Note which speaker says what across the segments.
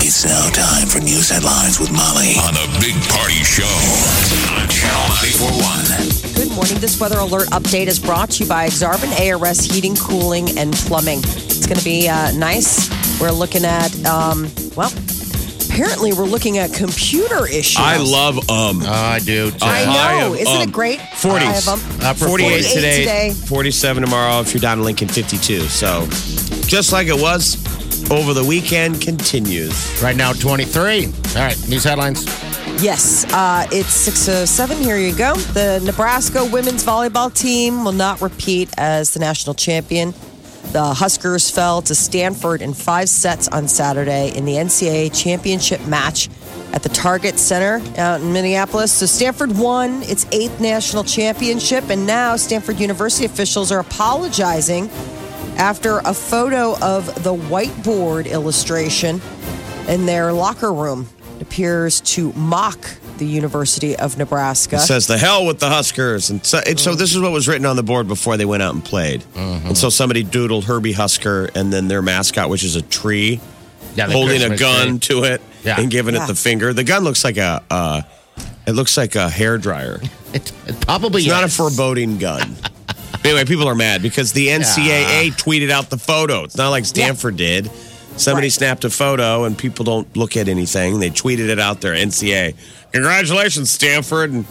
Speaker 1: It's now time for news headlines with Molly on the Big Party Show on Channel 941.
Speaker 2: Good morning. This weather alert update is brought to you by Xarban ARS Heating, Cooling, and Plumbing. It's going to be uh, nice. We're looking at, um, well, apparently we're looking at computer issues.
Speaker 3: I love um.
Speaker 4: Oh, I do. Too.
Speaker 2: I
Speaker 3: I
Speaker 2: know.
Speaker 3: am
Speaker 2: Isn't
Speaker 3: up.
Speaker 2: it great? I have,
Speaker 3: 40s.
Speaker 2: um,
Speaker 4: Upper
Speaker 3: 48
Speaker 4: 40s.
Speaker 3: um, today,
Speaker 2: today.
Speaker 3: 47 tomorrow if you're down in Lincoln 52. So just like it was over the weekend continues.
Speaker 4: Right now, 23. All right, news headlines.
Speaker 2: Yes, uh, it's six oh seven. Here you go. The Nebraska women's volleyball team will not repeat as the national champion. The Huskers fell to Stanford in five sets on Saturday in the NCAA championship match at the Target Center out in Minneapolis. So Stanford won its eighth national championship, and now Stanford University officials are apologizing after a photo of the whiteboard illustration in their locker room it appears to mock the University of Nebraska.
Speaker 3: It says the hell with the Huskers, and so, and so
Speaker 2: Mm.
Speaker 3: this is what was written on the board before they went out and played.
Speaker 4: Mm-hmm.
Speaker 3: And so somebody doodled Herbie Husker and then their mascot, which is a tree,
Speaker 4: Yeah, the
Speaker 3: holding a
Speaker 4: Christmas
Speaker 3: gun
Speaker 4: tree.
Speaker 3: to it
Speaker 4: Yeah.
Speaker 3: and giving
Speaker 2: Yeah.
Speaker 3: it the finger. The gun looks like a uh, it looks like a hair dryer.
Speaker 4: It, it probably
Speaker 3: It's not a
Speaker 4: is.
Speaker 3: foreboding gun. anyway, people are mad because the NCAA tweeted out the photo. It's not like Stanford did. Somebody
Speaker 2: Right.
Speaker 3: snapped a photo and people don't look at anything. They tweeted it out there, NCAA. Congratulations, Stanford. And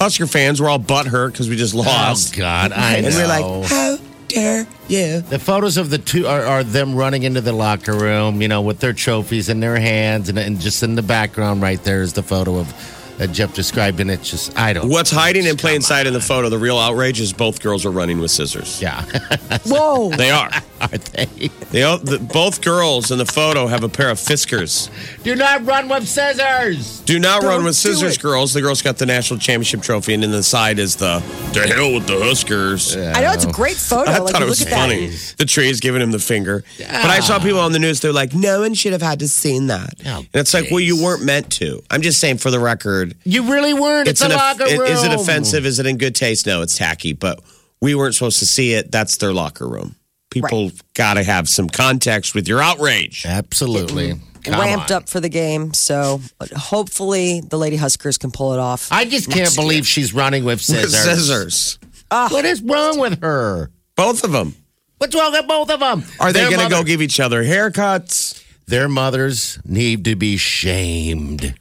Speaker 3: Husker fans were all butthurt because we just
Speaker 4: Oh
Speaker 3: lost.
Speaker 4: God, I know.
Speaker 3: and we're like, how dare you?
Speaker 4: the photos of the two are, are them running into the locker room, you know, with their trophies in their hands, and, and just in the background, right there is the photo of that Jeff described, and it's just I don't.
Speaker 3: What's hiding in plain
Speaker 4: Come
Speaker 3: sight in the photo, the real outrage is both girls are running with scissors.
Speaker 4: Yeah,
Speaker 2: Whoa!
Speaker 3: They are.
Speaker 4: are they?
Speaker 3: They all, the, both girls in the photo have a pair of Fiskars.
Speaker 4: Do not run with scissors.
Speaker 3: Do not
Speaker 2: Don't
Speaker 3: run with
Speaker 2: do
Speaker 3: scissors,
Speaker 2: it.
Speaker 3: girls. The girls got the national championship trophy, and then the side is the to hell with the Huskers.
Speaker 2: I know it's a great photo.
Speaker 3: I
Speaker 2: like,
Speaker 3: thought
Speaker 2: you
Speaker 3: it was
Speaker 2: look at that.
Speaker 3: funny. The tree is giving him the finger. But I saw people on the news. They're like, "No one should have had to seen that."
Speaker 4: Oh,
Speaker 3: and it's like, well, you
Speaker 4: geez.
Speaker 3: weren't meant to. I'm just saying, for the record,
Speaker 4: You really weren't. It's,
Speaker 3: an
Speaker 4: a
Speaker 3: off-
Speaker 4: locker
Speaker 3: it-
Speaker 4: room.
Speaker 3: is it offensive? Is it in good taste? No, it's tacky. But we weren't supposed to see it. That's their locker room. People got to have some context with your outrage.
Speaker 4: Absolutely. Come
Speaker 2: ramped
Speaker 4: on.
Speaker 2: up for the game. So hopefully the Lady Huskers can pull it off.
Speaker 4: I just can't believe she's running with
Speaker 3: With
Speaker 4: scissors.
Speaker 3: scissors,
Speaker 4: What is wrong with her?
Speaker 3: both of them.
Speaker 4: What's wrong with both of them?
Speaker 3: Are they going to go
Speaker 4: get?
Speaker 3: give each other haircuts?
Speaker 4: Their mothers need to be shamed.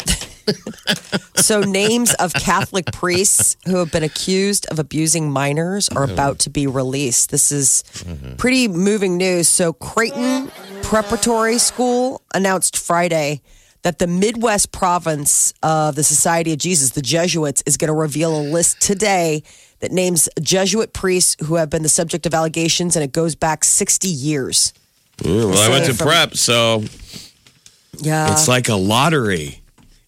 Speaker 2: So names of Catholic priests who have been accused of abusing minors are about to be released. This is
Speaker 4: Mm-hmm.
Speaker 2: pretty moving news. So Creighton Preparatory School announced Friday that the Midwest province of the Society of Jesus, the Jesuits, is going to reveal a list today that names Jesuit priests who have been the subject of allegations, and it goes back 60 years.
Speaker 3: Well, I went to
Speaker 2: From- uh,
Speaker 3: prep, so
Speaker 2: Yeah.
Speaker 3: it's like a lottery.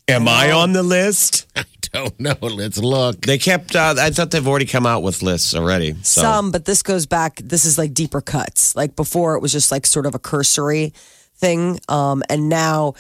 Speaker 3: Am I on the list?
Speaker 4: I don't know. Let's look.
Speaker 3: They kept. Uh, I thought they've already come out with lists already. So.
Speaker 2: Some, but this goes back. This is like deeper cuts. Like before, it was just like sort of a cursory thing, um, and now,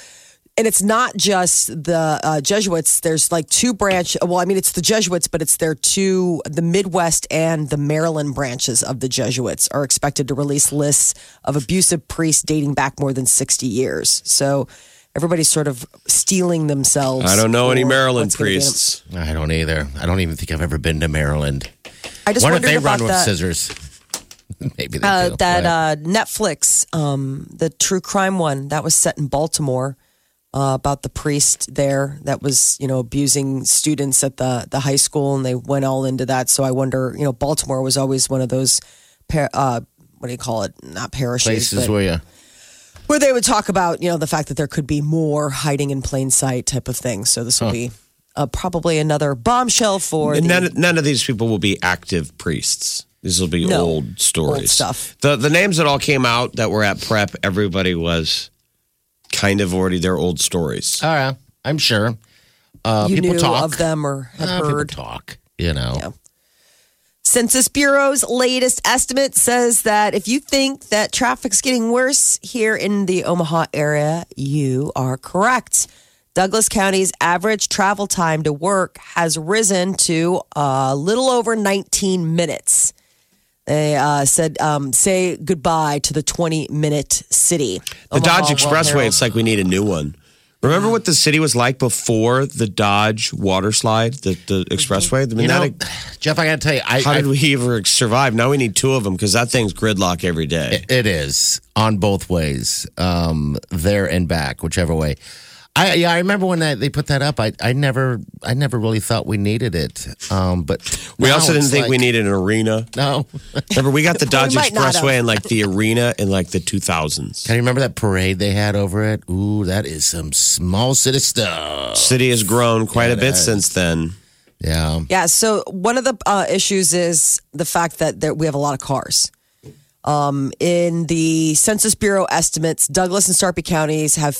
Speaker 2: and it's not just the uh, Jesuits. There's like two branch. Well, I mean, it's the Jesuits, but it's their two, the Midwest and the Maryland branches of the Jesuits are expected to release lists of abusive priests dating back more than sixty years. So. Everybody's sort of stealing themselves.
Speaker 3: I don't know any
Speaker 2: for
Speaker 3: Maryland
Speaker 2: what's gonna be in-
Speaker 3: priests.
Speaker 4: I don't either. I don't even think I've ever been to Maryland.
Speaker 2: I just
Speaker 4: what if
Speaker 2: wondered
Speaker 4: they
Speaker 2: about
Speaker 4: run with
Speaker 2: that.
Speaker 4: scissors? Maybe they
Speaker 2: uh,
Speaker 4: do.
Speaker 2: that
Speaker 4: What?
Speaker 2: uh, Netflix, um, the true crime one that was set in Baltimore uh, about the priest there that was you know abusing students at the the high school, and they went all into that. So I wonder, you know, Baltimore was always one of those, par- uh, what do you call it? Not parishes,
Speaker 4: places
Speaker 2: but-
Speaker 4: where you.
Speaker 2: where they would talk about you know the fact that there could be more hiding in plain sight type of thing. So this will be. Uh, probably another bombshell for
Speaker 3: And
Speaker 2: the-
Speaker 3: none, none of these people will be active priests. These will be
Speaker 2: No.
Speaker 3: old stories.
Speaker 2: Old stuff.
Speaker 3: The the names that all came out that were at prep, everybody was kind of already their old stories.
Speaker 4: All right. I'm sure. Uh,
Speaker 2: you
Speaker 4: people
Speaker 2: knew
Speaker 4: talk.
Speaker 2: of them or have
Speaker 4: Uh, people
Speaker 2: heard.
Speaker 4: talk. You know.
Speaker 2: Yeah. Census Bureau's latest estimate says that if you think that traffic's getting worse here in the Omaha area, you are correct. Douglas County's average travel time to work has risen to a little over 19 minutes. They uh, said, um, say goodbye to the 20 minute city.
Speaker 3: The Dodge
Speaker 2: Omaha World
Speaker 3: Expressway, it's like we need a new one. Remember what the city was like before the Dodge water slide, the, the
Speaker 2: Mm-hmm.
Speaker 3: expressway? I mean,
Speaker 4: You know,
Speaker 3: that,
Speaker 4: Jeff, I got to tell you, I,
Speaker 3: how
Speaker 4: I
Speaker 3: did we ever survive? Now we need two of them because that thing's gridlock every day.
Speaker 4: It is on both ways, um, there and back, whichever way. I yeah, I remember when that, they put that up. I, I never I never really thought we needed it. Um, but
Speaker 3: We
Speaker 4: now
Speaker 3: also didn't
Speaker 4: it's
Speaker 3: think we
Speaker 4: like,
Speaker 3: needed an arena.
Speaker 4: No,
Speaker 3: Remember, we got the Dodge
Speaker 2: might not
Speaker 3: Expressway
Speaker 2: have.
Speaker 3: and like the arena in like the 2000s.
Speaker 4: can you remember that parade they had over it? Ooh, that is some small city stuff.
Speaker 3: City has grown quite a bit since then.
Speaker 4: Yeah,
Speaker 2: Yeah. So one of the uh, issues is the fact that there, we have a lot of cars. Um, in the Census Bureau estimates, Douglas and Sarpy counties have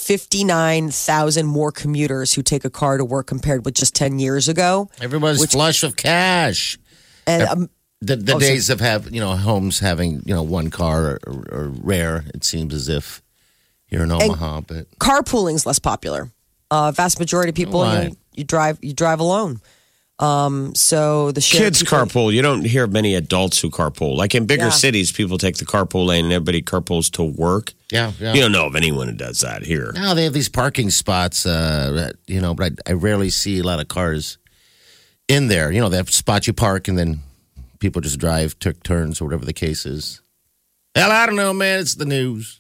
Speaker 2: 59,000 more commuters who take a car to work compared with just 10 years ago.
Speaker 4: everybody's flush of cash.
Speaker 2: And um,
Speaker 4: The, the
Speaker 2: Oh, so-
Speaker 4: days of have you know homes having you know one car are, are rare. It seems as if here in Omaha, but
Speaker 2: carpooling's less popular. Uh, vast majority of people, you,
Speaker 4: Right.
Speaker 2: know, you drive you drive alone. Um, so the shared
Speaker 3: Kids
Speaker 2: people-
Speaker 3: carpool. You don't hear many adults who carpool. Like in bigger
Speaker 2: Yeah.
Speaker 3: cities, people take the carpool lane and everybody carpools to work.
Speaker 4: yeah, yeah.
Speaker 3: You don't know of anyone who does that here.
Speaker 4: Now they have these parking spots, uh, that, you know, but I, I rarely see a lot of cars in there. You know, that spot you park and then people just drive, took turns, or whatever the case is. Hell, I don't know, man. It's the news.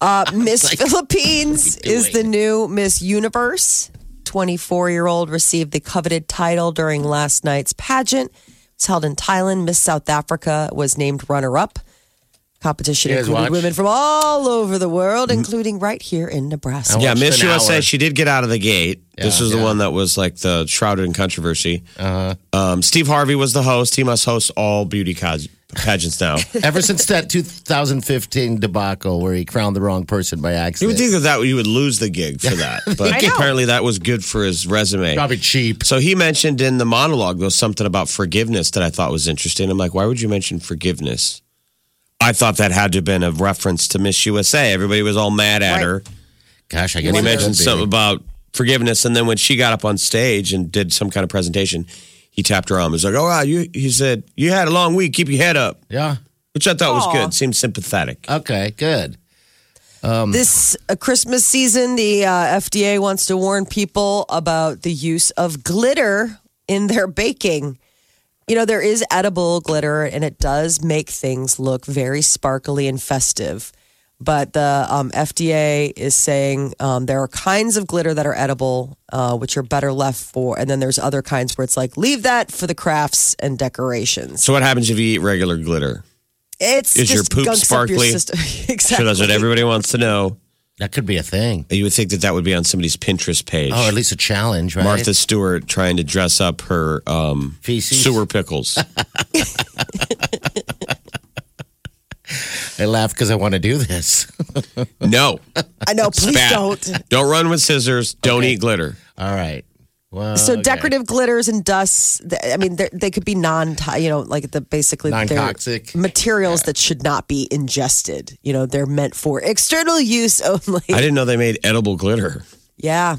Speaker 2: Uh, Miss Philippines
Speaker 4: are you
Speaker 2: is the new Miss Universe. 24 year old received the coveted title during last night's pageant. It's held in Thailand. Miss South Africa was named runner up. Competition
Speaker 4: You guys
Speaker 2: included
Speaker 4: watch?
Speaker 2: women from all over the world, including right here in Nebraska.
Speaker 3: Yeah,
Speaker 4: watched
Speaker 3: Miss
Speaker 4: an
Speaker 3: USA,
Speaker 4: hour.
Speaker 3: she did get out of the gate. this was the one that was like the shrouded in controversy.
Speaker 4: Uh-huh.
Speaker 3: Um, Steve Harvey was the host. He must host all beauty cos- pageants now.
Speaker 4: Ever since that 2015 debacle where he crowned the wrong person by
Speaker 3: you would
Speaker 4: accident,
Speaker 3: think that, that you would lose the gig for that, but apparently that was good for his resume.
Speaker 4: probably cheap.
Speaker 3: So he mentioned in the monologue though something about forgiveness that I thought was interesting. I'm like, why would you mention forgiveness? I thought that had to have been a reference to Miss USA. Everybody was all mad at her.
Speaker 4: Gosh, I guess
Speaker 3: And he
Speaker 4: it
Speaker 3: mentioned
Speaker 4: would be.
Speaker 3: something about forgiveness. And then when she got up on stage and did some kind of presentation, he tapped her arm. He's like, "Oh wow," you, he said, "You had a long week. Keep your head up,"
Speaker 4: Yeah.
Speaker 3: which I thought was
Speaker 2: Aw.
Speaker 3: good. Seemed sympathetic.
Speaker 4: Okay. Good.
Speaker 3: Mm.
Speaker 2: This uh, Christmas season, the uh, FDA wants to warn people about the use of glitter in their baking. You know, there is edible glitter and it does make things look very sparkly and festive. But the um, FDA is saying um, there are kinds of glitter that are edible, uh, which are better left for. And then there's other kinds where it's like, leave that for the crafts and decorations.
Speaker 3: So what happens if you eat regular glitter?
Speaker 2: It's
Speaker 3: Is your
Speaker 2: just
Speaker 3: poop
Speaker 2: gunks up your
Speaker 3: sparkly?
Speaker 2: system.
Speaker 3: So
Speaker 2: exactly.
Speaker 3: that's what everybody wants to know.
Speaker 4: That could be a thing.
Speaker 3: You would think that that would be on somebody's Pinterest page.
Speaker 4: Oh, at least a challenge, right?
Speaker 3: Martha Stewart trying to dress up her um,
Speaker 4: Feces?
Speaker 3: sewer pickles.
Speaker 4: I laugh because I want to do this.
Speaker 3: no,
Speaker 2: I know. Please
Speaker 3: Bad.
Speaker 2: don't.
Speaker 3: don't run with scissors. Don't eat glitter.
Speaker 4: All right. Well,
Speaker 2: So
Speaker 4: Uh, okay.
Speaker 2: decorative glitters and dusts. th- I mean, they're- they could be non, you know, like the basically they're
Speaker 4: Non-toxic.
Speaker 2: materials that should not be ingested. You know, they're meant for external use only.
Speaker 3: I didn't know they made edible glitter.
Speaker 2: yeah.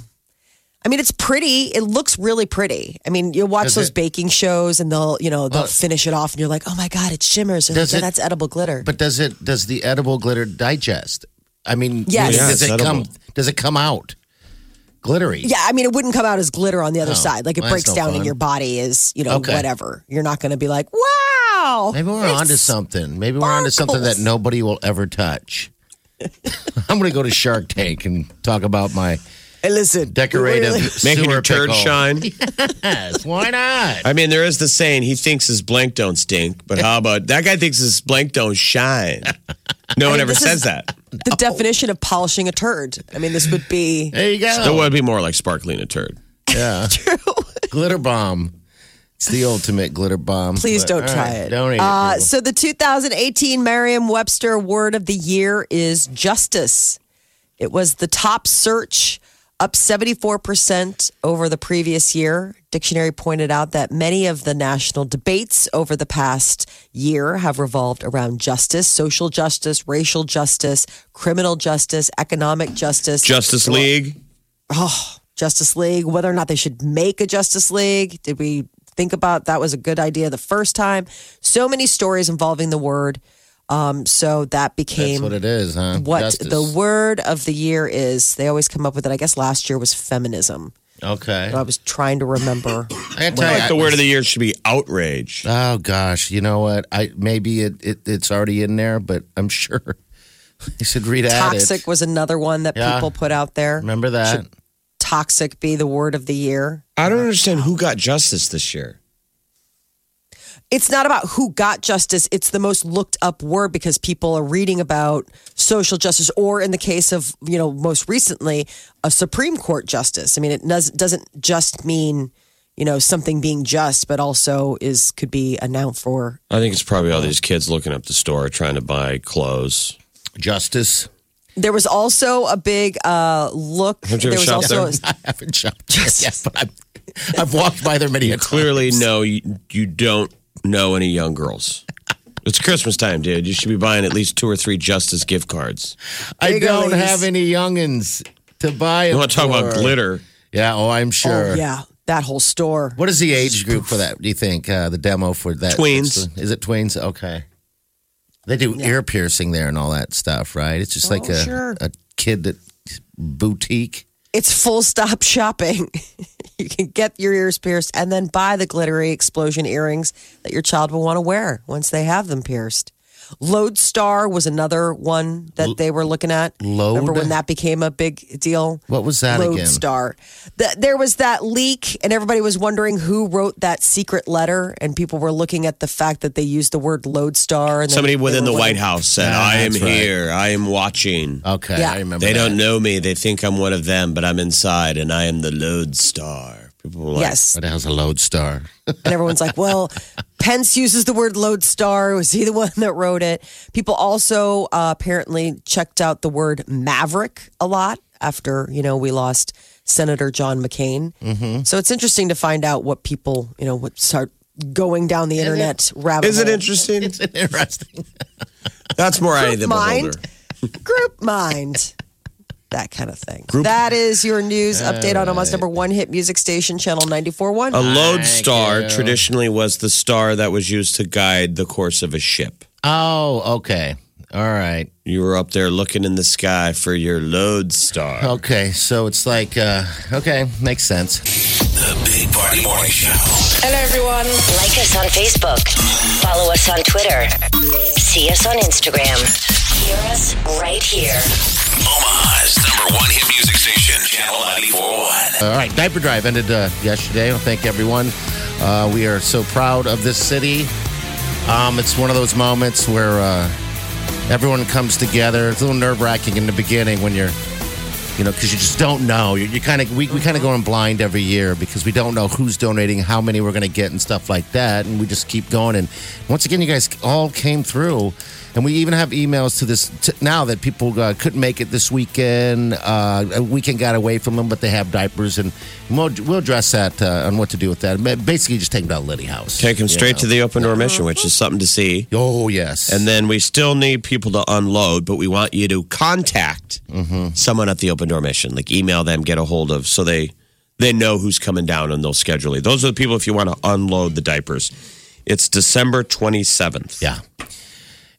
Speaker 2: I mean, it's pretty. It looks really pretty. I mean, you watch
Speaker 4: Does
Speaker 2: those
Speaker 4: it-
Speaker 2: baking shows, and they'll, you know, they'll
Speaker 4: Well-
Speaker 2: finish it off, and you're like, "Oh my god, it shimmers!" They're
Speaker 4: Does
Speaker 2: Like, "Yeah,
Speaker 4: it-
Speaker 2: that's edible glitter.
Speaker 4: But does it does the edible glitter digest? I mean,
Speaker 2: Yes. Yeah,
Speaker 4: does
Speaker 3: it's
Speaker 4: it come
Speaker 3: edible.
Speaker 4: does it come out glittery?
Speaker 2: yeah, I mean, it wouldn't come out as glitter on the other
Speaker 4: Oh,
Speaker 2: side. Like it
Speaker 4: well, that's
Speaker 2: breaks
Speaker 4: no
Speaker 2: down,
Speaker 4: fun.
Speaker 2: and your body is, you know,
Speaker 4: Okay.
Speaker 2: whatever. You're not going to be like, "Wow."
Speaker 4: Maybe we're onto something. Maybe we're onto something that
Speaker 2: sparkles.
Speaker 4: nobody will ever touch. I'm going to go to Shark Tank and talk about my
Speaker 2: Hey, listen,
Speaker 4: decorative
Speaker 3: Making
Speaker 4: sewer
Speaker 3: your turd
Speaker 4: pickle.
Speaker 3: shine.
Speaker 4: Yes, why not?
Speaker 3: I mean, there is the saying, he thinks his blank don't stink, but how about that guy thinks his blank don't shine? No one ever
Speaker 2: this
Speaker 3: says
Speaker 2: is-
Speaker 3: that.
Speaker 2: the definition of polishing a turd. I mean, this would be
Speaker 4: There you go.
Speaker 3: That would be more like sparkling a turd.
Speaker 4: glitter bomb. It's the ultimate glitter bomb.
Speaker 2: Please
Speaker 4: But,
Speaker 2: don't
Speaker 4: all
Speaker 2: try
Speaker 4: right,
Speaker 2: it.
Speaker 4: Don't eat
Speaker 2: uh,
Speaker 4: it. people.
Speaker 2: So the 2018 Merriam-Webster Word of the Year is justice. It was the top search, up 74% over the previous year. Dictionary pointed out that many of the national debates over the past year have revolved around justice, social justice, racial justice, criminal justice, economic justice.
Speaker 3: Justice League.
Speaker 2: Justice League, whether or not they should make a Justice League. Did we think about that was a good idea the first time? So many stories involving the word. Um, so that
Speaker 4: That's
Speaker 2: became
Speaker 4: what it is, huh?
Speaker 2: what
Speaker 4: Justice.
Speaker 2: the word of the year is. They always come up with it. I guess last year was feminism.
Speaker 4: Okay.
Speaker 2: I was trying to remember.
Speaker 4: I gotta tell you,
Speaker 3: The word of the year should be outrage.
Speaker 4: Oh gosh, you know what? I maybe it, it it's already in there, but I'm sure you should read at it.
Speaker 2: Toxic was another one that
Speaker 4: Yeah.
Speaker 2: people put out there.
Speaker 4: Remember that?
Speaker 2: Toxic be the word of the year.
Speaker 3: I don't understand who got justice this year.
Speaker 2: it's not about who got justice. It's the most looked up word because people are reading about social justice, or in the case of, you know, most recently, a Supreme Court justice. I mean, it does, doesn't just mean, you know, something being just, but also is could be a noun for
Speaker 3: I think it's probably all these kids looking up the store trying to buy clothes.
Speaker 4: Justice.
Speaker 2: There was also a big uh, look.
Speaker 3: Haven't you
Speaker 2: There
Speaker 3: ever
Speaker 2: was
Speaker 3: shopped
Speaker 2: also
Speaker 3: there?
Speaker 4: I haven't shopped yet, but I've, I've walked by there many a time.
Speaker 3: Clearly, no, you, you don't know any young girls. It's Christmas time, dude. You should be buying at least two or three justice gift cards.
Speaker 4: I
Speaker 2: Big
Speaker 4: don't
Speaker 2: girlies.
Speaker 4: have any youngins to buy.
Speaker 3: You want to talk about
Speaker 4: for.
Speaker 3: glitter?
Speaker 4: Yeah. Oh, I'm sure.
Speaker 2: oh, yeah, that whole store.
Speaker 4: What is the age group for that? Do you think uh, the demo for that?
Speaker 3: Tweens.
Speaker 4: Is it tweens? Okay. They do ear piercing there and all that stuff, right? It's just like a
Speaker 2: Oh, sure.
Speaker 4: a kid that boutique.
Speaker 2: It's full stop shopping. you can get your ears pierced and then buy the glittery explosion earrings that your child will want to wear once they have them pierced. Lodestar was another one that they were looking at.
Speaker 4: Lode?
Speaker 2: Remember when that became a big deal?
Speaker 4: What was that again?
Speaker 2: Lodestar. Th- there was that leak, and everybody was wondering who wrote that secret letter, and people were looking at the fact that they used the word lodestar. And then
Speaker 3: Somebody
Speaker 2: they
Speaker 3: within
Speaker 2: were
Speaker 3: the White
Speaker 2: wondering-
Speaker 3: House said,
Speaker 4: Yeah,
Speaker 3: I am
Speaker 4: that's right. Oh,
Speaker 3: here. I am watching.
Speaker 4: Okay,
Speaker 2: Yeah.
Speaker 4: I remember.
Speaker 3: They
Speaker 4: that.
Speaker 3: don't know me. They think I'm one of them, but I'm inside and I am the lodestar. People were like,
Speaker 2: Yes.
Speaker 4: But it has a lodestar.
Speaker 2: And everyone's like, well, Pence uses the word lodestar. Was he the one that wrote it? People also uh, apparently checked out the word maverick a lot after, you know, we lost Senator John McCain. Mm-hmm. So it's interesting to find out what people, you know, would start going down the internet rabbit
Speaker 3: Is it
Speaker 2: hole.
Speaker 3: interesting?
Speaker 4: It's an interesting.
Speaker 3: That's more eye of the
Speaker 2: mind.
Speaker 3: beholder.
Speaker 2: Group mind. That kind of thing. That is your news update on Omaha's number one hit music station, Channel 94.1.
Speaker 3: A lodestar traditionally was the star that was used to guide the course of a ship.
Speaker 4: Oh, okay. All right.
Speaker 3: You were up there looking in the sky for your lodestar.
Speaker 4: Okay. So it's like, uh, okay, makes sense.
Speaker 1: The Big Party Morning Show.
Speaker 5: Hello, everyone.
Speaker 6: Like us on Facebook. Follow us on Twitter. See us on Instagram. Hear us right here.
Speaker 1: Omaha's number one hit music station, Channel 941.
Speaker 4: All right. Diaper Drive ended uh, yesterday. I want to thank everyone. Uh, we are so proud of this city. Um, it's one of those moments where uh, everyone comes together. It's a little nerve wracking in the beginning when you're, you know, because you just don't know. You, you kind of we, we kind of go in blind every year because we don't know who's donating, how many we're going to get, and stuff like that. And we just keep going. And once again, you guys all came through, and we even have emails to this t- now that people uh, couldn't make it this weekend. Uh, a weekend got away from them, but they have diapers, and we'll we'll address that uh, on what to do with that. Ba- Basically, just take them down to Liddy House.
Speaker 3: Take them
Speaker 4: you
Speaker 3: straight
Speaker 4: know.
Speaker 3: to the open door mission, which is something to see.
Speaker 4: Oh yes,
Speaker 3: And then we still need people to unload, but we want you to contact someone at the open door mission, like email them, get a hold of, so they they know who's coming down and they'll schedule you. Those are the people if you want to unload the diapers. It's December twenty seventh.
Speaker 4: Yeah.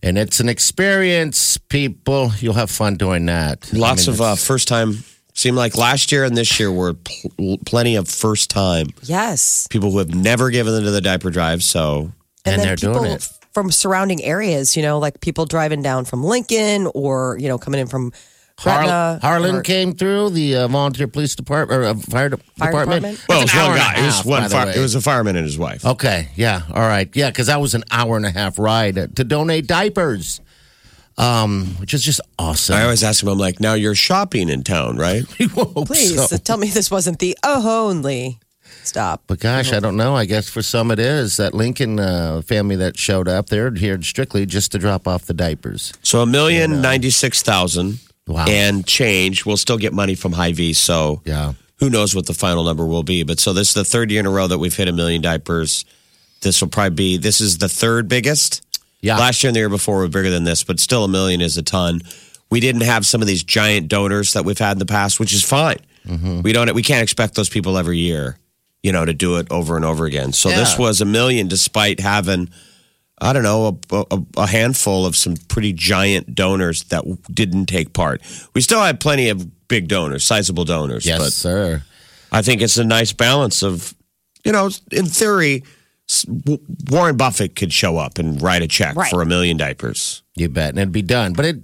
Speaker 4: And it's an experience, people. You'll have fun doing that.
Speaker 3: lots
Speaker 4: I mean,
Speaker 3: of uh,
Speaker 4: it's-
Speaker 3: first time. Seemed like last year and this year were pl- plenty of first time
Speaker 2: yes.
Speaker 3: people who have never given into the diaper drive. So
Speaker 2: then
Speaker 4: and, they're
Speaker 2: people
Speaker 4: doing it.
Speaker 2: from surrounding areas, you know, like people driving down from Lincoln or, you know, coming in from
Speaker 4: Har-
Speaker 2: Gretna
Speaker 4: Harlan
Speaker 2: or-
Speaker 4: came through the uh, volunteer police department or uh, fire, de-
Speaker 2: Fire
Speaker 4: department.
Speaker 2: department?
Speaker 3: well, it was
Speaker 4: It's an
Speaker 3: one
Speaker 4: hour and a
Speaker 3: guy. It was
Speaker 4: half, by
Speaker 3: one.
Speaker 4: the
Speaker 3: Fire,
Speaker 4: way.
Speaker 3: it was a fireman and his wife.
Speaker 4: Okay. Yeah. All right. Yeah. Because that was an hour and a half ride to donate diapers, um, which is just awesome.
Speaker 3: I always ask him. I'm like, now you're shopping in town, right?
Speaker 4: We hope
Speaker 2: Please
Speaker 4: so.
Speaker 2: tell me this wasn't the oh only stop.
Speaker 4: But gosh, I don't know. I guess for some it is. That Lincoln uh, family that showed up, they're here strictly just to drop off the diapers.
Speaker 3: So a million ninety six thousand
Speaker 4: uh, Wow.
Speaker 3: and change. We'll still get money from Hy-Vee, so
Speaker 4: Yeah.
Speaker 3: who knows what the final number will be. But so this is the third year in a row that we've hit a million diapers. This will probably be this is the third biggest.
Speaker 4: Yeah.
Speaker 3: Last year and the year before were bigger than this, but still a million is a ton. We didn't have some of these giant donors that we've had in the past, which is fine.
Speaker 4: Mm-hmm.
Speaker 3: We don't we can't expect those people every year, you know, to do it over and over again. So this
Speaker 4: Yeah.
Speaker 3: was a million despite having I don't know, a, a, a handful of some pretty giant donors that w- didn't take part. We still had plenty of big donors, sizable donors.
Speaker 4: yes,
Speaker 3: But
Speaker 4: sir.
Speaker 3: I think it's a nice balance of, you know, in theory, s- W- Warren Buffett could show up and write a check
Speaker 2: Right.
Speaker 3: for a million diapers.
Speaker 4: You bet, and it'd be done. But it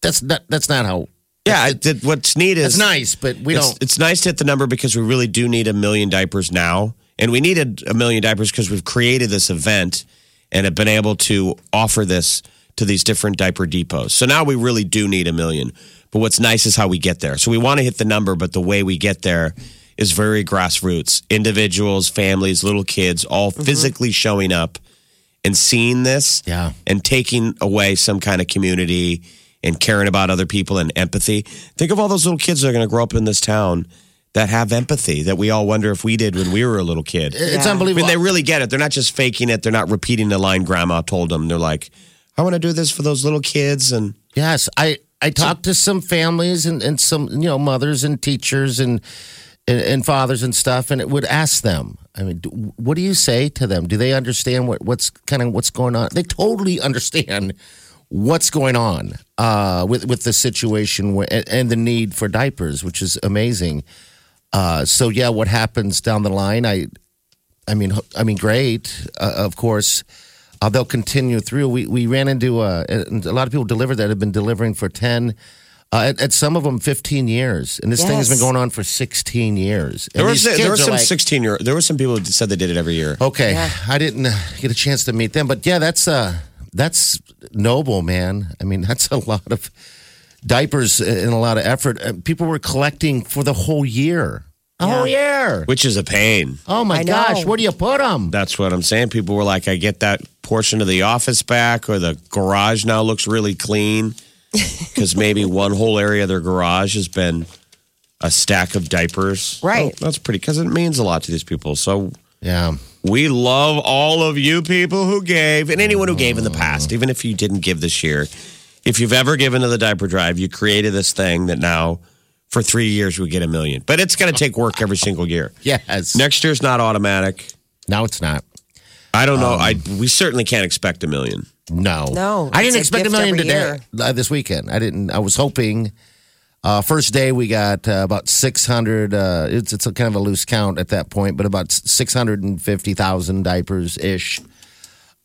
Speaker 4: that's not that's not how.
Speaker 3: Yeah, I did, what's neat is
Speaker 4: It's nice, but we
Speaker 3: it's,
Speaker 4: don't.
Speaker 3: it's nice to hit the number because we really do need a million diapers now. And we needed a million diapers because we've created this event and have been able to offer this to these different diaper depots. So now we really do need a million. But what's nice is how we get there. So we want to hit the number, but the way we get there is very grassroots. Individuals, families, little kids, all
Speaker 4: Mm-hmm.
Speaker 3: physically showing up and seeing this
Speaker 4: Yeah.
Speaker 3: and taking away some kind of community and caring about other people and empathy. Think of all those little kids that are going to grow up in this town that have empathy that we all wonder if we did when we were a little kid.
Speaker 4: It's
Speaker 3: I mean,
Speaker 4: unbelievable.
Speaker 3: they really get it. They're not just faking it. They're not repeating the line grandma told them. They're like, I want to do this for those little kids. And
Speaker 4: Yes, I I talked to some families and, and some you know mothers and teachers and, and and fathers and stuff, and it would ask them. I mean, do, what do you say to them? Do they understand what what's kind of what's going on? They totally understand what's going on uh, with with the situation where, and, and the need for diapers, which is amazing. Uh, so yeah, what happens down the line? I I mean, ho- I mean, great. Uh, of course, uh, they'll continue through. We we ran into uh, and a lot of people delivered that have been delivering for ten, uh, at, at some of them fifteen years, and this thing has been
Speaker 2: Yes.
Speaker 4: going on for sixteen years. And
Speaker 3: there were,
Speaker 4: these
Speaker 3: there
Speaker 4: kids
Speaker 3: were
Speaker 4: are
Speaker 3: some
Speaker 4: like,
Speaker 3: 16 year, there were some people who said they did it every year.
Speaker 4: Okay, I didn't uh, get a chance to meet them, but yeah, that's uh that's noble, man. I mean, that's a lot of diapers and a lot of effort. Uh, people were collecting for the whole year. Oh yeah.
Speaker 3: Which is a pain.
Speaker 4: Oh my
Speaker 2: I know.
Speaker 4: gosh, where do you put them?
Speaker 3: That's what I'm saying. People were like, I get that portion of the office back, or the garage now looks really clean because maybe one whole area of their garage has been a stack of diapers.
Speaker 2: Right.
Speaker 3: Oh, that's pretty because it means a lot to these people. So
Speaker 4: Yeah.
Speaker 3: we love all of you people who gave and anyone who gave in the past, even if you didn't give this year. If you've ever given to the diaper drive, you created this thing that now for three years we get a million. But it's going to take work every single year.
Speaker 4: Yes.
Speaker 3: Next year's not automatic.
Speaker 4: No, it's not.
Speaker 3: I don't know. I we certainly can't expect a million.
Speaker 4: No,
Speaker 2: No,
Speaker 4: I
Speaker 2: it's
Speaker 4: didn't
Speaker 2: a
Speaker 4: expect a
Speaker 2: gift
Speaker 4: million
Speaker 2: every
Speaker 4: today. Uh, this weekend, I didn't. I was hoping. Uh, first day we got uh, about six hundred. Uh, it's it's a kind of a loose count at that point, but about six hundred and fifty thousand diapers ish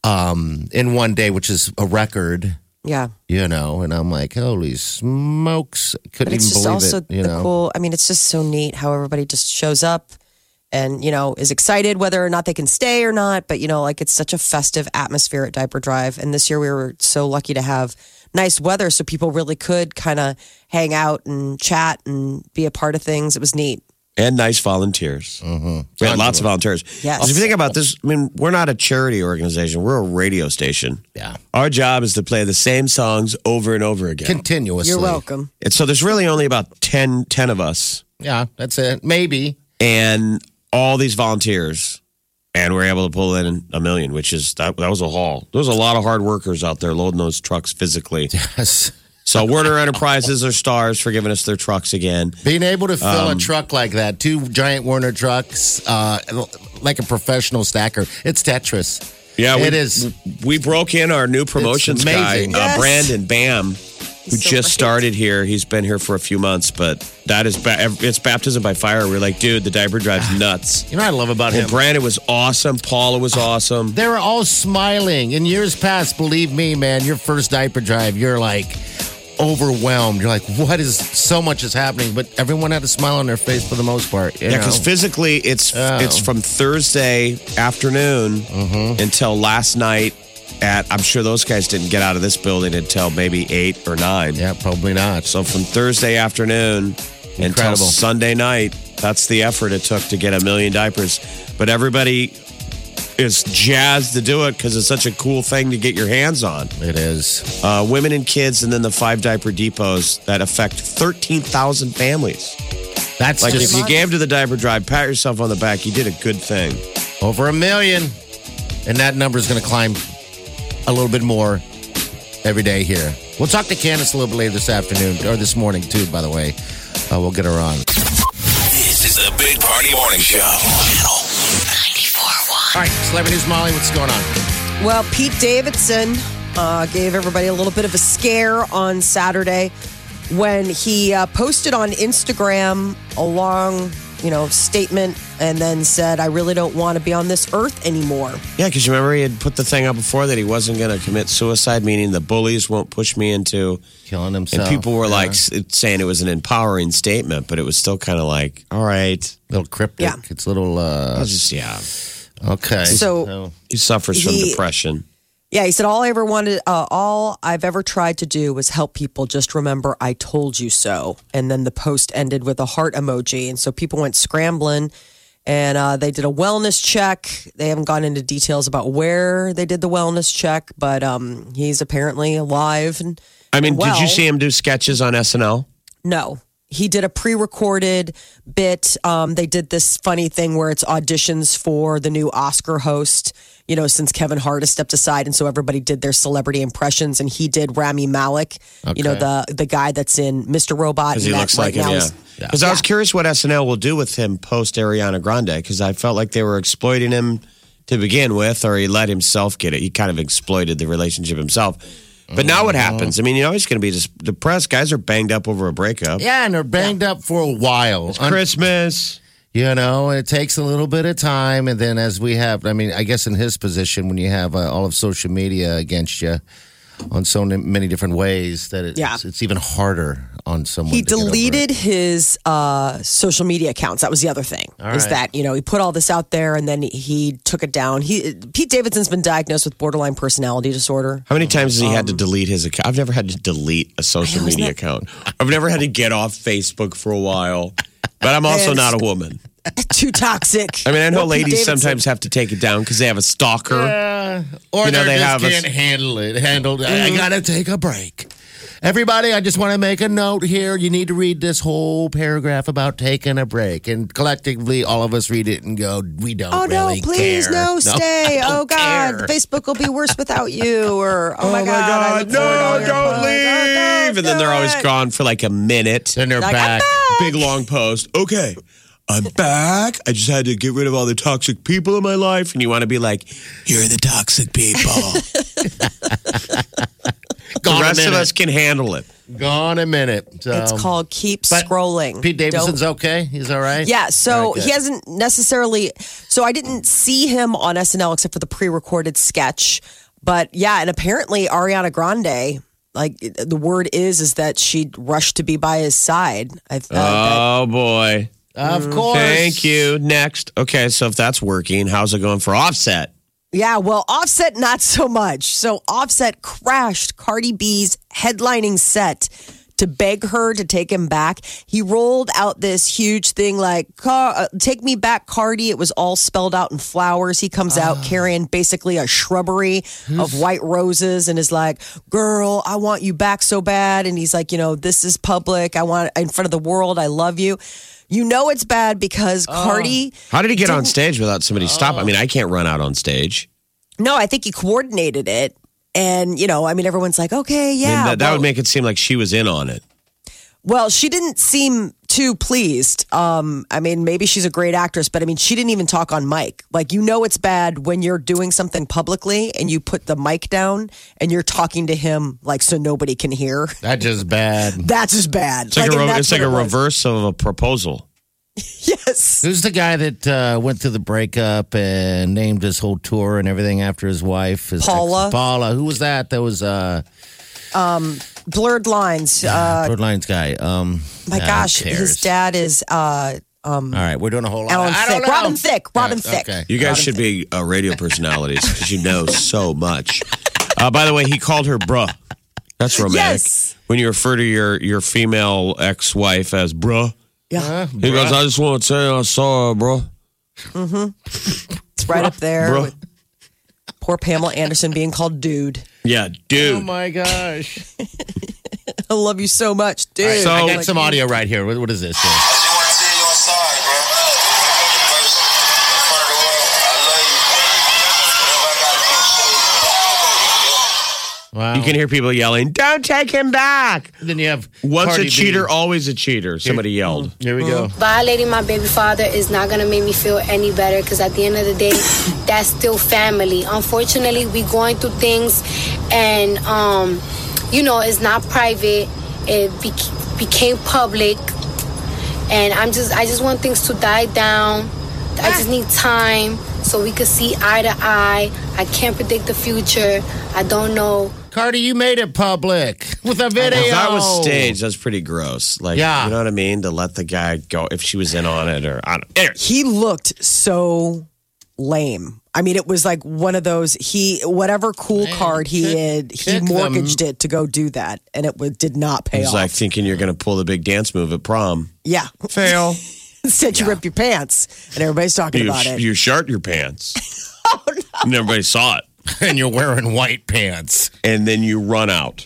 Speaker 4: um, in one day, which is a record.
Speaker 2: Yeah.
Speaker 4: You know, and I'm like, holy smokes! Couldn't
Speaker 2: But it's just
Speaker 4: even believe
Speaker 2: also
Speaker 4: it. You
Speaker 2: the
Speaker 4: know,
Speaker 2: cool. I mean, it's just so neat how everybody just shows up and, you know, is excited whether or not they can stay or not. But, you know, like it's such a festive atmosphere at Diaper Drive. And this year we were so lucky to have nice weather so people really could kind of hang out and chat and be a part of things. It was neat.
Speaker 3: and nice volunteers. We had lots of volunteers.
Speaker 2: Yes.
Speaker 3: Because If you think about this, I mean, we're not a charity organization. We're a radio station.
Speaker 4: Yeah.
Speaker 3: Our job is to play the same songs over and over again.
Speaker 4: continuously.
Speaker 2: You're welcome.
Speaker 3: and so there's really only about 10, 10 of us
Speaker 4: Yeah, that's it. Maybe.
Speaker 3: and all these volunteers. And we're able to pull in a million, which is that, that was a haul. There's a lot of hard workers out there loading those trucks physically.
Speaker 4: Yes.
Speaker 3: So Werner Enterprises are stars for giving us their trucks again.
Speaker 4: Being able to fill a truck like that, two giant Warner trucks, uh, like a professional stacker, it's Tetris.
Speaker 3: Yeah,
Speaker 4: It is.
Speaker 3: We broke in our new promotions guy,
Speaker 4: amazing.
Speaker 3: uh,
Speaker 2: Yes.
Speaker 3: Brandon Bam,
Speaker 2: so
Speaker 3: who just
Speaker 2: great.
Speaker 3: started here. He's been here for a few months, but that is ba- ev- it's baptism by fire. We're like, dude, the diaper drive's nuts.
Speaker 4: You know what I love about him? Ah,
Speaker 3: And Brandon was awesome. Paula was awesome.
Speaker 4: They were all smiling. In years past, believe me, man, your first diaper drive, you're like overwhelmed. You're like, what is so much is happening? But everyone had a smile on their face for the most part. you Oh.
Speaker 3: Yeah,
Speaker 4: know?
Speaker 3: because physically, it's it's from Thursday afternoon
Speaker 4: Mm-hmm.
Speaker 3: until last night. At I'm sure those guys didn't get out of this building until maybe eight or nine.
Speaker 4: yeah, probably not.
Speaker 3: So
Speaker 4: So
Speaker 3: from Thursday afternoon until
Speaker 4: Incredible.
Speaker 3: Sunday night, that's the effort it took to get a million diapers. But everybody is jazzed to do it because it's such a cool thing to get your hands on.
Speaker 4: It is.
Speaker 3: Uh, women and kids, and then the five diaper depots that affect 13,000 families.
Speaker 4: That's
Speaker 3: Like
Speaker 4: just
Speaker 3: if you gave to the diaper drive, pat yourself on the back. You did a good thing.
Speaker 4: over a million, and that number is going to climb a little bit more every day here. We'll talk to Candace a little bit later this afternoon or this morning too. By the way, uh, we'll get her on.
Speaker 1: This is the Big Party Morning Show. Channel 94.1.
Speaker 4: All right, celebrity news, Molly. What's going on?
Speaker 2: Well, Pete Davidson uh, gave everybody a little bit of a scare on Saturday when he uh, posted on Instagram a long, you know, statement and then said, "I really don't want to be on this earth anymore."
Speaker 3: Yeah, because remember he had put the thing up before that he wasn't going to commit suicide, meaning the bullies won't push me into.
Speaker 4: Killing
Speaker 3: And
Speaker 4: himself.
Speaker 3: people were
Speaker 4: Yeah.
Speaker 3: like s- saying it was an empowering statement, but it was still kind of like, all right,
Speaker 4: little cryptic.
Speaker 2: Yeah.
Speaker 4: It's a little uh
Speaker 3: I'll just yeah.
Speaker 4: okay.
Speaker 2: So-
Speaker 3: He suffers from
Speaker 2: He-
Speaker 3: depression.
Speaker 2: Yeah, he said, "All I ever wanted, uh, all I've ever tried to do was help people. Just remember, I told you so." And then the post ended with a heart emoji, and so people went scrambling, and uh, they did a wellness check. They haven't gone into details about where they did the wellness check, but um, he's apparently alive. And
Speaker 3: I mean, did you
Speaker 2: Well-
Speaker 3: see him do sketches on SNL?
Speaker 2: no, he did a pre-recorded bit. Um, they did this funny thing where it's auditions for the new Oscar host. You know, since Kevin Hart has stepped aside, and so everybody did their celebrity impressions, and he did Rami Malik. You know, the the guy that's in Mr. Robot.
Speaker 3: Because he
Speaker 2: and that
Speaker 3: looks
Speaker 2: right
Speaker 3: like him,
Speaker 2: now
Speaker 3: yeah.
Speaker 2: is-
Speaker 3: Because I was curious what SNL will do with him post Ariana Grande, because I felt like they were exploiting him to begin with, or he let himself get it. He kind of exploited the relationship himself. But now what happens? I mean, you're always going to be just depressed. Guys are banged up over a breakup.
Speaker 4: Yeah, and they're banged up for a while. Un-
Speaker 3: Christmas.
Speaker 4: you know, it takes a little bit of time, and then as we have, I mean, I guess in his position, when you have uh, all of social media against you on so n- many different ways, that it's,
Speaker 2: Yeah.
Speaker 4: it's even harder on someone.
Speaker 2: He
Speaker 4: to get over it.
Speaker 2: deleted his uh, social media accounts. That was the other thing. is
Speaker 4: right.
Speaker 2: that you know he put all this out there and then he took it down. He Pete Davidson's been diagnosed with borderline personality disorder.
Speaker 3: How many times has he had to
Speaker 2: Um,
Speaker 3: delete his account? I've never had to delete a social media account. I've never had to get off Facebook for a while. But I'm also
Speaker 2: Man,
Speaker 3: not a woman.
Speaker 2: Too toxic.
Speaker 3: I mean, I know
Speaker 2: Poor Pete
Speaker 3: ladies
Speaker 2: Davidson.
Speaker 3: sometimes have to take it down because they have a stalker.
Speaker 4: or
Speaker 3: You know,
Speaker 4: they
Speaker 3: they
Speaker 4: just
Speaker 3: have
Speaker 4: can't
Speaker 3: us-
Speaker 4: handle it. Handled. I,
Speaker 2: Mm-hmm.
Speaker 4: I gotta take a break. Everybody, I just want to make a note here. You need to read this whole paragraph about taking a break, and collectively, all of us read it and go, "We don't."
Speaker 2: Oh no,
Speaker 4: really
Speaker 2: please
Speaker 4: care.
Speaker 2: no, stay.
Speaker 4: I don't
Speaker 2: Oh god,
Speaker 4: care.
Speaker 2: Facebook will be worse without you or oh, my god, I look forward to all
Speaker 3: no,
Speaker 2: your
Speaker 3: don't
Speaker 2: posts. Oh,
Speaker 3: leave.
Speaker 2: don't
Speaker 3: And then they're
Speaker 2: do
Speaker 3: always
Speaker 2: it.
Speaker 3: gone for like a minute.
Speaker 4: Then they're
Speaker 2: Like, I'm
Speaker 4: back.
Speaker 2: back.
Speaker 3: Big long post. Okay, I'm back. I just had to get rid of all the toxic people in my life. And you want to be like, you're the toxic people. the
Speaker 4: Gone a
Speaker 3: rest
Speaker 4: minute.
Speaker 3: of us can handle it.
Speaker 4: Gone a minute. So,
Speaker 2: It's called keep
Speaker 4: but
Speaker 2: scrolling.
Speaker 4: Pete
Speaker 2: Don't-
Speaker 4: Davidson's okay. He's all right.
Speaker 2: Yeah, so
Speaker 4: All right,
Speaker 2: he
Speaker 4: good.
Speaker 2: hasn't necessarily. So I didn't see him on SNL except for the pre-recorded sketch. But yeah, and apparently Ariana Grande, like the word is, is that she rushed to be by his side. I uh, that-
Speaker 3: Oh, boy.
Speaker 2: Mm.
Speaker 4: Of course.
Speaker 3: Thank you. Next. Okay, so if that's working, how's it going for offset?
Speaker 2: Yeah, well, Offset not so much. So Offset crashed Cardi B's headlining set to beg her to take him back. He rolled out this huge thing like Car- uh, "Take me back, Cardi." It was all spelled out in flowers. He comes out carrying basically a shrubbery of white roses and is like, "Girl, I want you back so bad." And he's like, "You know, this is public. I want in front of the world. I love you." You know it's bad because Cardi.
Speaker 3: How did he get on stage without somebody stop? I mean, I can't run out on stage.
Speaker 2: No, I think he coordinated it. And, you know, I mean, everyone's like, okay,
Speaker 3: I mean,
Speaker 2: yeah.
Speaker 3: that, that
Speaker 2: well,
Speaker 3: would make it seem like she was in on it.
Speaker 2: well, she didn't seem too pleased. Um, I mean, maybe she's a great actress, but I mean, she didn't even talk on mic. Like, you know, it's bad when you're doing something publicly and you put the mic down and you're talking to him, like, so nobody can hear.
Speaker 4: That just bad.
Speaker 2: That's as bad.
Speaker 3: It's like, a,
Speaker 2: and
Speaker 3: re-
Speaker 2: that's
Speaker 3: it's like
Speaker 2: what
Speaker 3: a
Speaker 2: it was.
Speaker 3: reverse of a proposal.
Speaker 2: Yes.
Speaker 4: Who's the guy that uh, went through the breakup and named his whole tour and everything after his wife? His ex-
Speaker 2: Paula.
Speaker 4: Paula. Who was that? That was uh,
Speaker 2: Blurred lines. Uh,
Speaker 4: Third Lines guy. Um,
Speaker 2: my
Speaker 4: nah, who
Speaker 2: gosh,
Speaker 4: cares?
Speaker 2: his dad is uh,
Speaker 4: All right, we're doing a whole lot.
Speaker 2: Alan
Speaker 4: I don't
Speaker 2: Thicke.
Speaker 4: know.
Speaker 2: Robin Thicke. Robin Thicke.
Speaker 4: Okay.
Speaker 3: You guys should be uh, radio personalities because you know so much. Uh, by the way, he called her bruh. That's romantic.
Speaker 2: Yes.
Speaker 3: When you refer to your, your female ex wife as bruh,
Speaker 2: Yeah,
Speaker 3: he goes, I just want to tell you I saw her, bruh.
Speaker 2: it's right up there.
Speaker 3: Bruh.
Speaker 2: with- Poor Pamela Anderson being called dude.
Speaker 3: Yeah,
Speaker 4: Oh
Speaker 3: dude.
Speaker 4: my gosh.
Speaker 2: I love you so much, dude.
Speaker 3: So-
Speaker 4: I got some audio right here. What, what is this?
Speaker 5: I just want to see you inside, bro. First, in front of the world, I love you. Whatever I gotta do, show you.
Speaker 4: Wow.
Speaker 3: You can hear people yelling, "Don't take him back!"
Speaker 4: then you have
Speaker 3: Once
Speaker 4: Cardi
Speaker 3: a
Speaker 4: B.
Speaker 3: cheater, Mm-hmm. always a cheater. Somebody yelled.
Speaker 4: Here we go.
Speaker 7: Violating my baby father is not gonna make me feel any better because at the end of the day, that's still family. Unfortunately, we going through things, and um, you know, it's not private. It bec became public, and I'm just, I just want things to die down. I just need time so we could see eye to eye. I can't predict the future. I don't know.
Speaker 4: Cardi, you made it public with a video.
Speaker 3: If that was staged, that's pretty gross. Like,
Speaker 4: Yeah.
Speaker 3: you know what I mean? To let the guy go if she was in on it or I don't. Anyway,
Speaker 2: he looked so lame. I mean, it was like one of those he whatever cool card he had, he
Speaker 4: kick them.
Speaker 2: mortgaged it to go do that, and it w- did not pay
Speaker 3: he's
Speaker 2: off.
Speaker 3: like thinking you're going to pull the big dance move at prom.
Speaker 2: yeah,
Speaker 3: Fail.
Speaker 2: instead you rip your pants, and everybody's talking
Speaker 3: You,
Speaker 2: about it.
Speaker 3: you shart your pants. And everybody saw it.
Speaker 4: and you're wearing white pants.
Speaker 3: And then you run out.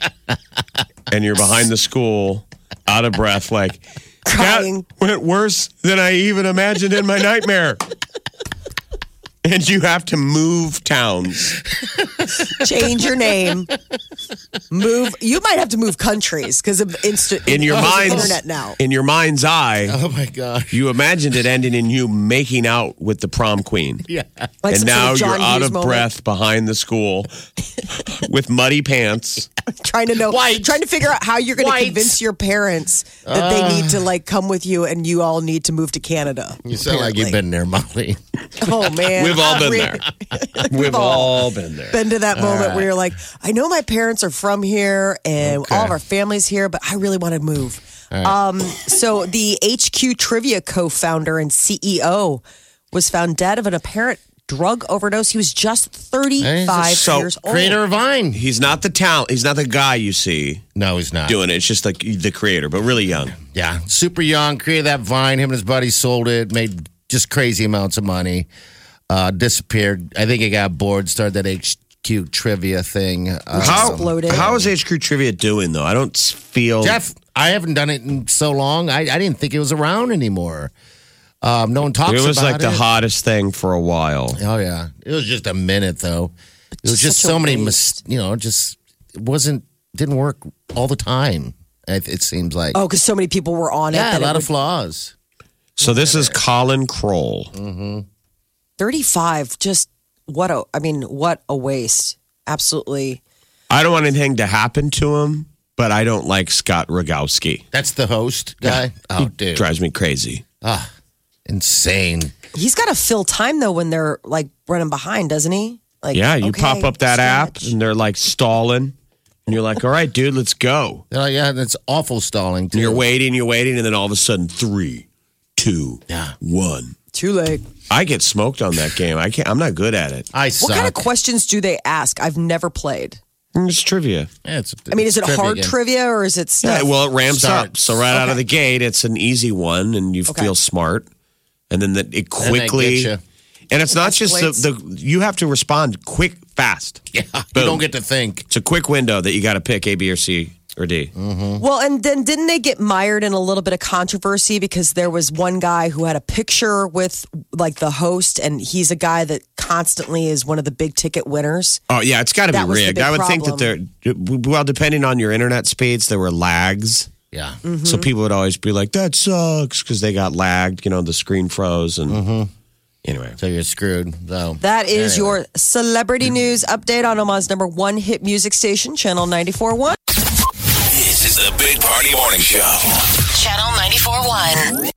Speaker 3: and you're behind the school, out of breath, like,
Speaker 2: Crying.
Speaker 3: that went worse than I even imagined in my nightmare. and you have to move towns.
Speaker 2: Change your name, move. You might have to move countries because of instant
Speaker 3: In your mind's
Speaker 2: internet now.
Speaker 3: In your mind's eye.
Speaker 4: Oh my gosh.
Speaker 3: You imagined it ending in you making out with the prom queen.
Speaker 4: Yeah.
Speaker 2: Like some
Speaker 3: and
Speaker 2: sort
Speaker 3: now
Speaker 2: of
Speaker 3: you're
Speaker 2: John
Speaker 3: out
Speaker 2: Hughes
Speaker 3: of
Speaker 2: moment,
Speaker 3: breath behind the school with muddy pants.
Speaker 2: trying to know,
Speaker 4: White.
Speaker 2: trying to figure out how you're going to
Speaker 4: White.
Speaker 2: convince your parents that they need to like come with you, and you all need to move to Canada.
Speaker 4: You sound like you've been there, Molly.
Speaker 2: Oh man,
Speaker 3: We've all
Speaker 2: I
Speaker 3: been
Speaker 2: really
Speaker 3: there. We've all been there.
Speaker 2: Been to that moment where you're like, I know my parents are from here and all of our families here, but I really want to move. Um, so the HQ Trivia co-founder and CEO was found dead of an apparent drug overdose. He was just 35
Speaker 3: so
Speaker 2: years old.
Speaker 4: Oh. Creator of Vine.
Speaker 3: He's not the talent. He's not the guy you see
Speaker 4: No, he's not.
Speaker 3: doing it. It's just like the creator, but really young.
Speaker 4: Yeah. Super young. Created that Vine. Him and his buddy sold it, made just crazy amounts of money. Uh, disappeared. I think he got bored, started that HQ trivia thing. Uh,
Speaker 2: Exploded.
Speaker 3: how is HQ Trivia doing though? I don't s- feel.
Speaker 4: Jeff, I haven't done it in so long. I, I didn't think it was around anymore. Um, no one talks
Speaker 3: it
Speaker 4: about it.
Speaker 3: was like the hottest thing for a while.
Speaker 4: Oh yeah, it was just a minute though. It was just
Speaker 2: such a
Speaker 4: so many, mis-
Speaker 2: waste.
Speaker 4: you know, just it wasn't didn't work all the time. It, it seems like
Speaker 2: Oh, because so many people were on it.
Speaker 4: yeah, a
Speaker 2: that it
Speaker 4: lot of
Speaker 2: would-
Speaker 4: flaws.
Speaker 3: So this is Colin Kroll.
Speaker 2: 35. Just what a, I mean, what a waste. Absolutely.
Speaker 3: I don't want anything to happen to him, but I don't like Scott Rogowski.
Speaker 4: That's the host guy. Oh dude, Ah,
Speaker 3: Drives me crazy.
Speaker 4: insane.
Speaker 2: He's got to fill time though when they're like running behind, doesn't he? Like,
Speaker 3: Yeah, you
Speaker 2: okay,
Speaker 3: pop up that app
Speaker 2: stretch.
Speaker 3: and they're like stalling. And you're like, all right, dude, let's go.
Speaker 4: They're like, yeah, that's awful stalling. Too.
Speaker 3: And you're waiting, you're waiting, and then all of a sudden, three, two, one.
Speaker 4: Yeah.
Speaker 2: Too late.
Speaker 3: I get smoked on that game. I can't I'm not good at it.
Speaker 4: I
Speaker 2: What
Speaker 4: suck.
Speaker 2: kind of questions do they ask? I've never played.
Speaker 3: It's trivia.
Speaker 4: Yeah, it's-
Speaker 2: I mean, is it
Speaker 4: it's trivia
Speaker 2: hard
Speaker 4: game.
Speaker 2: trivia or is it stuff?
Speaker 3: Yeah, well it ramps up.
Speaker 4: Starts.
Speaker 3: So right out of the gate, it's an easy one and you
Speaker 2: Okay.
Speaker 3: feel smart. And then the, it quickly
Speaker 4: ya.
Speaker 3: and it's not just the, the you have to respond quick, fast.
Speaker 4: Yeah, you
Speaker 3: Boom.
Speaker 4: don't get to think.
Speaker 3: It's a quick window that you gotta pick A, B, or C or D.
Speaker 2: well, and then didn't they get mired in a little bit of controversy because there was one guy who had a picture with like the host, and he's a guy that constantly is one of the big ticket winners.
Speaker 3: Oh yeah, it's got to be
Speaker 2: That was the
Speaker 3: rigged.
Speaker 2: big
Speaker 3: I would think that there,
Speaker 2: problem.
Speaker 3: well, depending on your internet speeds, there were lags.
Speaker 4: Yeah,
Speaker 2: Mm-hmm.
Speaker 3: So people would always be like, "That sucks," because they got lagged. You know, the screen froze, and
Speaker 2: Mm-hmm.
Speaker 3: anyway,
Speaker 4: so you're screwed. So
Speaker 2: That is your celebrity news update on Omaha's number one hit music station, Channel 94.1.
Speaker 1: This is the Big Party Morning Show.
Speaker 6: Channel 94.1.